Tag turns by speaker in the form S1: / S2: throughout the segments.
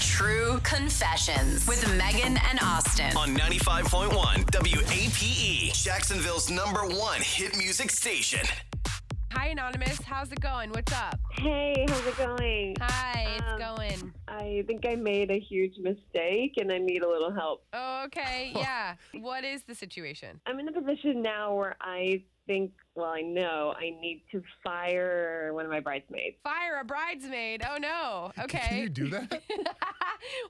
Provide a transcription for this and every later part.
S1: True Confessions with Megan and Austin.
S2: on 95.1 WAPE, E, Jacksonville's number one hit music station.
S3: Hi, Anonymous. How's it going? What's up?
S4: Hey, how's it going?
S3: Hi, it's
S4: Um,
S3: going.
S4: I think I made a huge mistake and I need a little help.
S3: Oh, okay. Yeah. What is the situation?
S4: I'm in a position now where I think, well, I know I need to fire one of my bridesmaids.
S3: Fire a bridesmaid. Oh, no.
S5: Can you
S3: Okay.
S5: do that?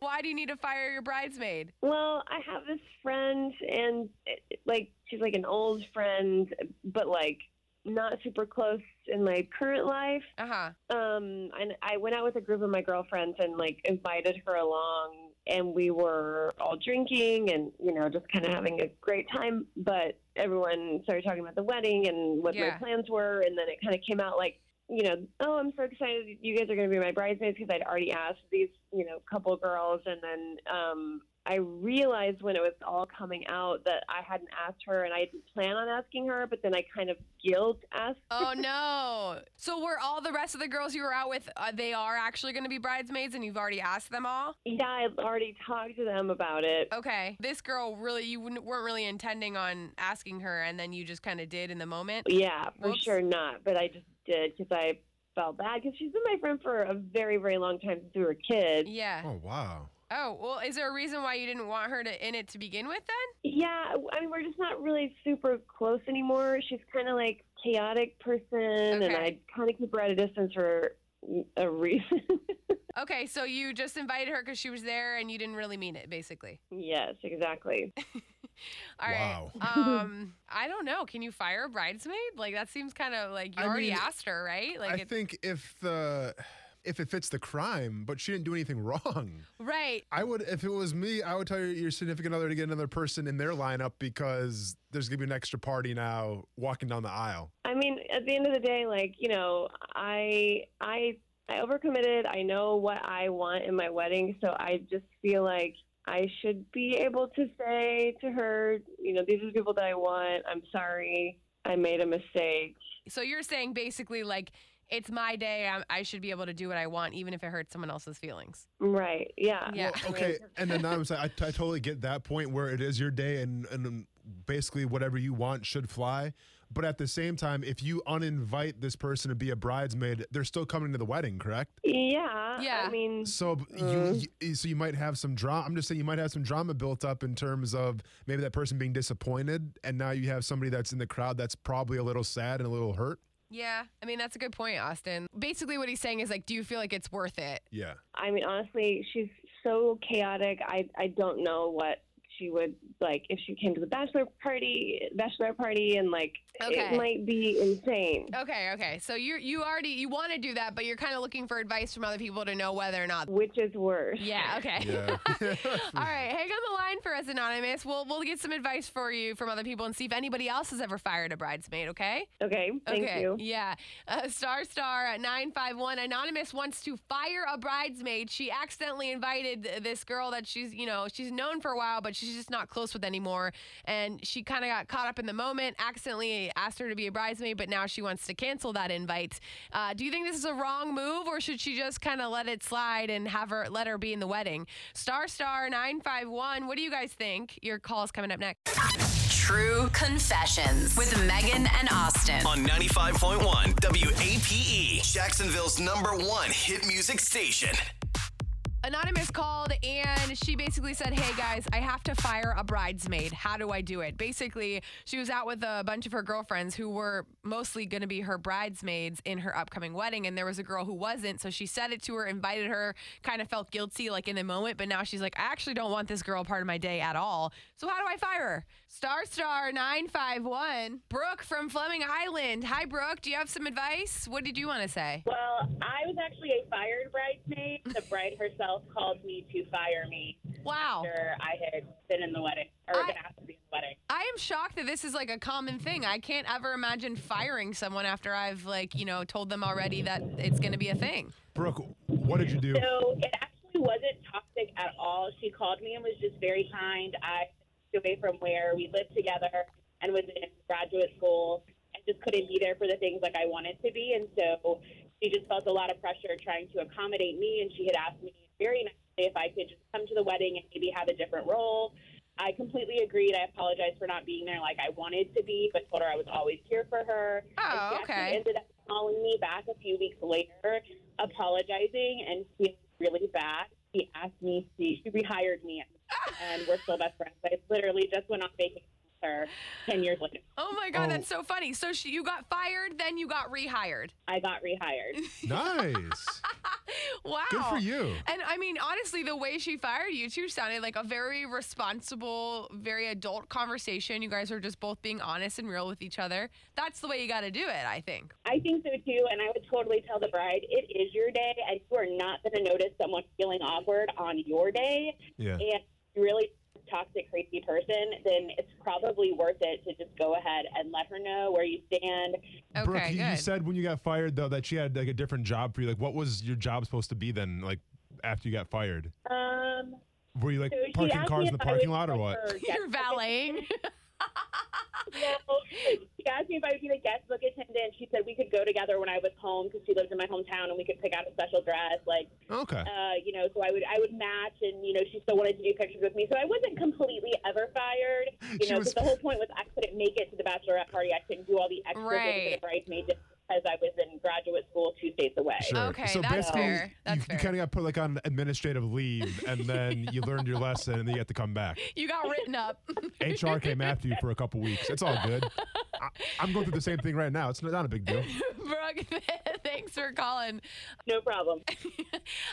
S3: Why do you need to fire your bridesmaid?
S4: Well, I have this friend and eh, like she's like an old friend, but like not super close in my current life.
S3: Uh huh.
S4: Um, and I went out with a group of my girlfriends and like invited her along, and we were all drinking and you know just kind of having a great time. But everyone started talking about the wedding and what
S3: Yeah.
S4: my plans were, and then it kind of came out like you know, oh, I'm so excited you guys are going to be my bridesmaids because I'd already asked these you know couple girls, and then um, I realized when it was all coming out that I hadn't asked her and I didn't plan on asking her, but then I kind of guilt asked.
S3: Oh, no. So, were all the rest of the girls you were out with, uh, they are actually going to be bridesmaids and you've already asked them all?
S4: Yeah, I already talked to them about it.
S3: Okay. This girl really, you wouldn't- weren't really intending on asking her and then you just kind of did in the moment?
S4: Yeah, for
S3: Whoops.
S4: sure not. But I just did because I felt bad because she's been my friend for a very, very long time since we were kids.
S3: Yeah.
S5: Oh wow.
S3: Oh, well, is there a reason why you didn't want her to in it to begin with then?
S4: Yeah, I mean, we're just not really super close anymore. She's kind of like chaotic person, and
S3: Okay.
S4: I kind of keep her at a distance for mm, a reason.
S3: Okay, so you just invited her because she was there and you didn't really mean it, basically.
S4: yes, exactly.
S3: All right.
S4: Wow.
S3: Um, I don't know. Can you fire a bridesmaid? Like that seems kind of like you
S5: I
S3: already
S5: mean,
S3: asked her, right? Like,
S5: I think if the if it fits the crime, but she didn't do anything wrong.
S3: right?
S5: I would if it was me, I would tell your, your significant other to get another person in their lineup because there's gonna be an extra party now walking down the aisle.
S4: I mean, at the end of the day, like you know, I I I overcommitted. I know what I want in my wedding, so I just feel like I should be able to say to her, you know, these are the people that I want. I'm sorry, I made a mistake.
S3: So you're saying basically like it's my day. i I should be able to do what I want, even if it hurts someone else's feelings.
S4: Right? Yeah.
S3: Yeah.
S4: I mean,
S5: Okay, and then I'm saying I, I totally get that point where it is your day and and um, basically whatever you want should fly. But at the same time, if you uninvite this person to be a bridesmaid, they're still coming to the wedding, correct?
S4: Yeah.
S3: Yeah.
S4: I mean,
S5: So b-
S4: Mm.
S5: you, you so you might have some drama. I'm just saying you might have some drama built up in terms of maybe that person being disappointed, and now you have somebody that's in the crowd that's probably a little sad and a little hurt.
S3: Yeah, I mean that's a good point, Austin. Basically, what he's saying is like, do you feel like it's worth it?
S5: Yeah.
S4: I mean, honestly, she's so chaotic. I I don't know what she would like if she came to the bachelor party, bachelor party, and like
S3: Okay. Oh.
S4: it might be insane.
S3: Okay, okay. So you you already you want to do that, but you're kind of looking for advice from other people to know whether or not.
S4: Which is worse?
S3: Yeah. Okay.
S5: Yeah.
S3: All right, hang on the line for us, Anonymous. We'll we'll get some advice for you from other people and see if anybody else has ever fired a bridesmaid. Okay.
S4: Okay, thank
S3: okay.
S4: you.
S3: Yeah. Uh, star star at nine five one. Anonymous wants to fire a bridesmaid. She accidentally invited th- this girl that she's you know she's known for a while, but she's just not close with anymore. And she kind of got caught up in the moment. Accidentally asked her to be a bridesmaid, but now she wants to cancel that invite. Uh, do you think this is a wrong move, or should she just kind of let it slide and have her let her be in the wedding? Star star nine five one. What do you guys think? Your call is coming up next.
S1: True Confessions with Megan and Austin.
S2: On 95.1 WAPE, E, Jacksonville's number one hit music station.
S3: Anonymous called and she basically said, Hey guys, I have to fire a bridesmaid. How do I do it? Basically, she was out with a bunch of her girlfriends who were mostly going to be her bridesmaids in her upcoming wedding. And there was a girl who wasn't. So she said it to her, invited her, kind of felt guilty like in the moment. But now she's like, I actually don't want this girl part of my day at all. So how do I fire her? Star Star 951, Brooke from Fleming Island. Hi, Brooke. Do you have some advice? What did you want to say?
S6: Well, I was actually a fired bridesmaid. The bride herself called me to fire me
S3: Wow.
S6: after I had been in the wedding or
S3: I-
S6: been asked to be in the wedding.
S3: I am shocked that this is like a common thing. I can't ever imagine firing someone after I've like, you know, told them already that it's going to be a thing.
S5: Brooke, what did you do?
S6: So it actually wasn't toxic at all. She called me and was just very kind. I moved away from where we lived together and was in graduate school and just couldn't be there for the things like I wanted to be. And so she just felt a lot of pressure trying to accommodate me. And she had asked me very nicely if I could just come to the wedding and maybe have a different role. I completely agreed. I apologized for not being there like I wanted to be, but told her I was always here for her. And
S3: Oh,
S6: she actually
S3: okay.
S6: ended up calling me back a few weeks later, apologizing and feeling really bad. She asked me, she, she rehired me, and we're still best friends. I literally just went on vacation with her 10 years later.
S3: Oh my God,
S5: Oh.
S3: that's so funny. So she, you got fired, then you got rehired.
S6: I got rehired.
S5: Nice.
S3: Wow.
S5: Good for you.
S3: And I mean, honestly, the way she fired you two sounded like a very responsible, very adult conversation. You guys are just both being honest and real with each other. That's the way you got to do it, I think.
S6: I think so too, and I would totally tell the bride it is your day, and you are not going to notice someone feeling awkward on your day.
S5: Yeah.
S6: And if you really toxic, crazy person, then it's probably worth it to just go ahead and let her know where you stand.
S3: Okay,
S5: Brooke, you, you
S3: good.
S5: said when you got fired though that she had like a different job for you. Like, what was your job supposed to be then? Like, after you got fired,
S6: Um,
S5: were you like
S6: so she asked
S5: parking
S6: me
S5: cars in
S6: if
S5: the
S6: I would
S5: parking lot or
S6: be,
S5: what?
S6: like, her
S3: You're
S6: guest
S3: valeting.
S6: No, she asked me if I would be the guest book attendant. She said we could go together when I was home because she lives in my hometown, and we could pick out a special dress. Like,
S5: Okay.
S6: uh, you know, so I would I would match, and you know, she still wanted to do pictures with me. So I wasn't completely ever fired. You
S5: She
S6: know,
S5: was-
S6: because the whole point was I couldn't make it to the bachelorette party. I couldn't do all the extra things
S3: Right.
S6: that a bridesmaid did because I was in graduate school two states away.
S5: Sure.
S3: Okay, that's fair. That's
S5: you,
S3: fair.
S5: kind of got put like on administrative leave, and then you learned your lesson, and then you had to come back.
S3: you got written up.
S5: HR came after you for a couple weeks. It's all good. I, I'm going through the same thing right now. It's not, not a big deal.
S3: Brooke, thanks for calling.
S6: No problem.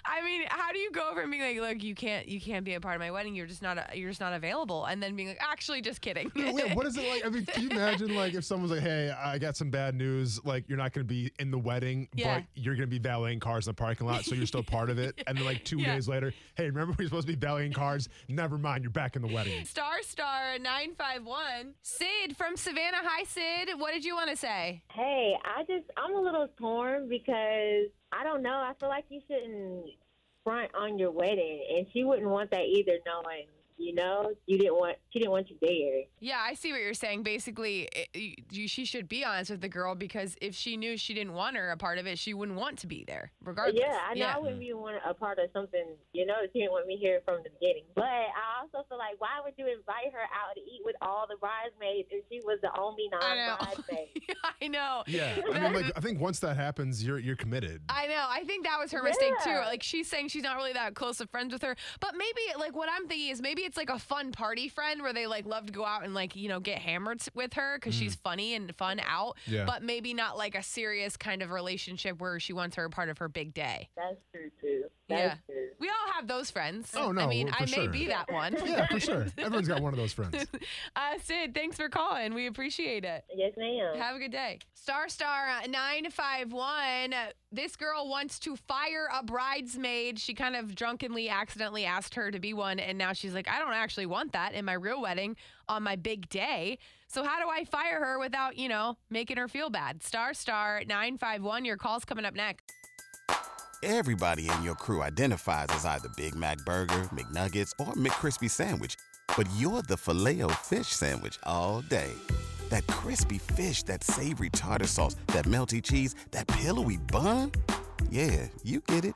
S3: I mean, how do you go from being like, look, you can't, you can't be a part of my wedding. You're just not, a, you're just not available, and then being like, actually, just kidding.
S5: Yeah, what is it like? I mean, can you imagine like if someone's like, "Hey, I got some bad news. Like, you're not going to be in the wedding,
S3: Yeah.
S5: but you're going to be valeting cars in the parking lot, so you're still part of it." And then like two
S3: Yeah.
S5: days later, "Hey, remember we are supposed to be valeting cars? Never mind, you're back in the wedding."
S3: Star Star 951. Sid from Savannah. Hi, Sid. What did you want to say?
S7: Hey, I just I'm a little torn because I don't know. I feel like you shouldn't front on your wedding, and she wouldn't want that either. Knowing you know you didn't want she didn't want you there.
S3: Yeah, I see what you're saying. Basically, it, you, she should be honest with the girl because if she knew she didn't want her a part of it, she wouldn't want to be there, regardless.
S7: Yeah, I know I
S3: Yeah.
S7: wouldn't be want a part of something. You know she didn't want me here from the beginning. But I also feel like why would you invite her out to eat with all the bridesmaids if she was the only
S3: I know.
S7: non-bridesmaid?
S3: I know.
S5: Yeah, I mean, like I think once that happens, you're you're committed.
S3: I know. I think that was her mistake too.
S7: Yeah.
S3: Like she's saying she's not really that close of friends with her. But maybe like what I'm thinking is maybe it's like a fun party friend where they like love to go out and like, you know, get hammered s- with her cuz she's funny and fun out,
S5: Mm. Yeah.
S3: but maybe not like a serious kind of relationship where she wants her a part of her big day.
S7: That's true too. That's true.
S3: We all have those friends.
S5: Oh, no,
S3: I mean,
S5: for
S3: I may
S5: sure.
S3: be that one.
S5: yeah, for sure. Everyone's got one of those friends.
S3: Uh, Sid, thanks for calling. We appreciate it.
S7: Yes, ma'am.
S3: Have a good day. Star Star uh, 951. uh, This girl wants to fire a bridesmaid. She kind of drunkenly accidentally asked her to be one. And now she's like, I don't actually want that in my real wedding on my big day. So, how do I fire her without, you know, making her feel bad? Star Star 951. Your call's coming up next.
S8: Everybody in your crew identifies as either Big Mac Burger, McNuggets, or McCrispy Sandwich. But you're the filet fish Sandwich all day. That crispy fish, that savory tartar sauce, that melty cheese, that pillowy bun. Yeah, you get it.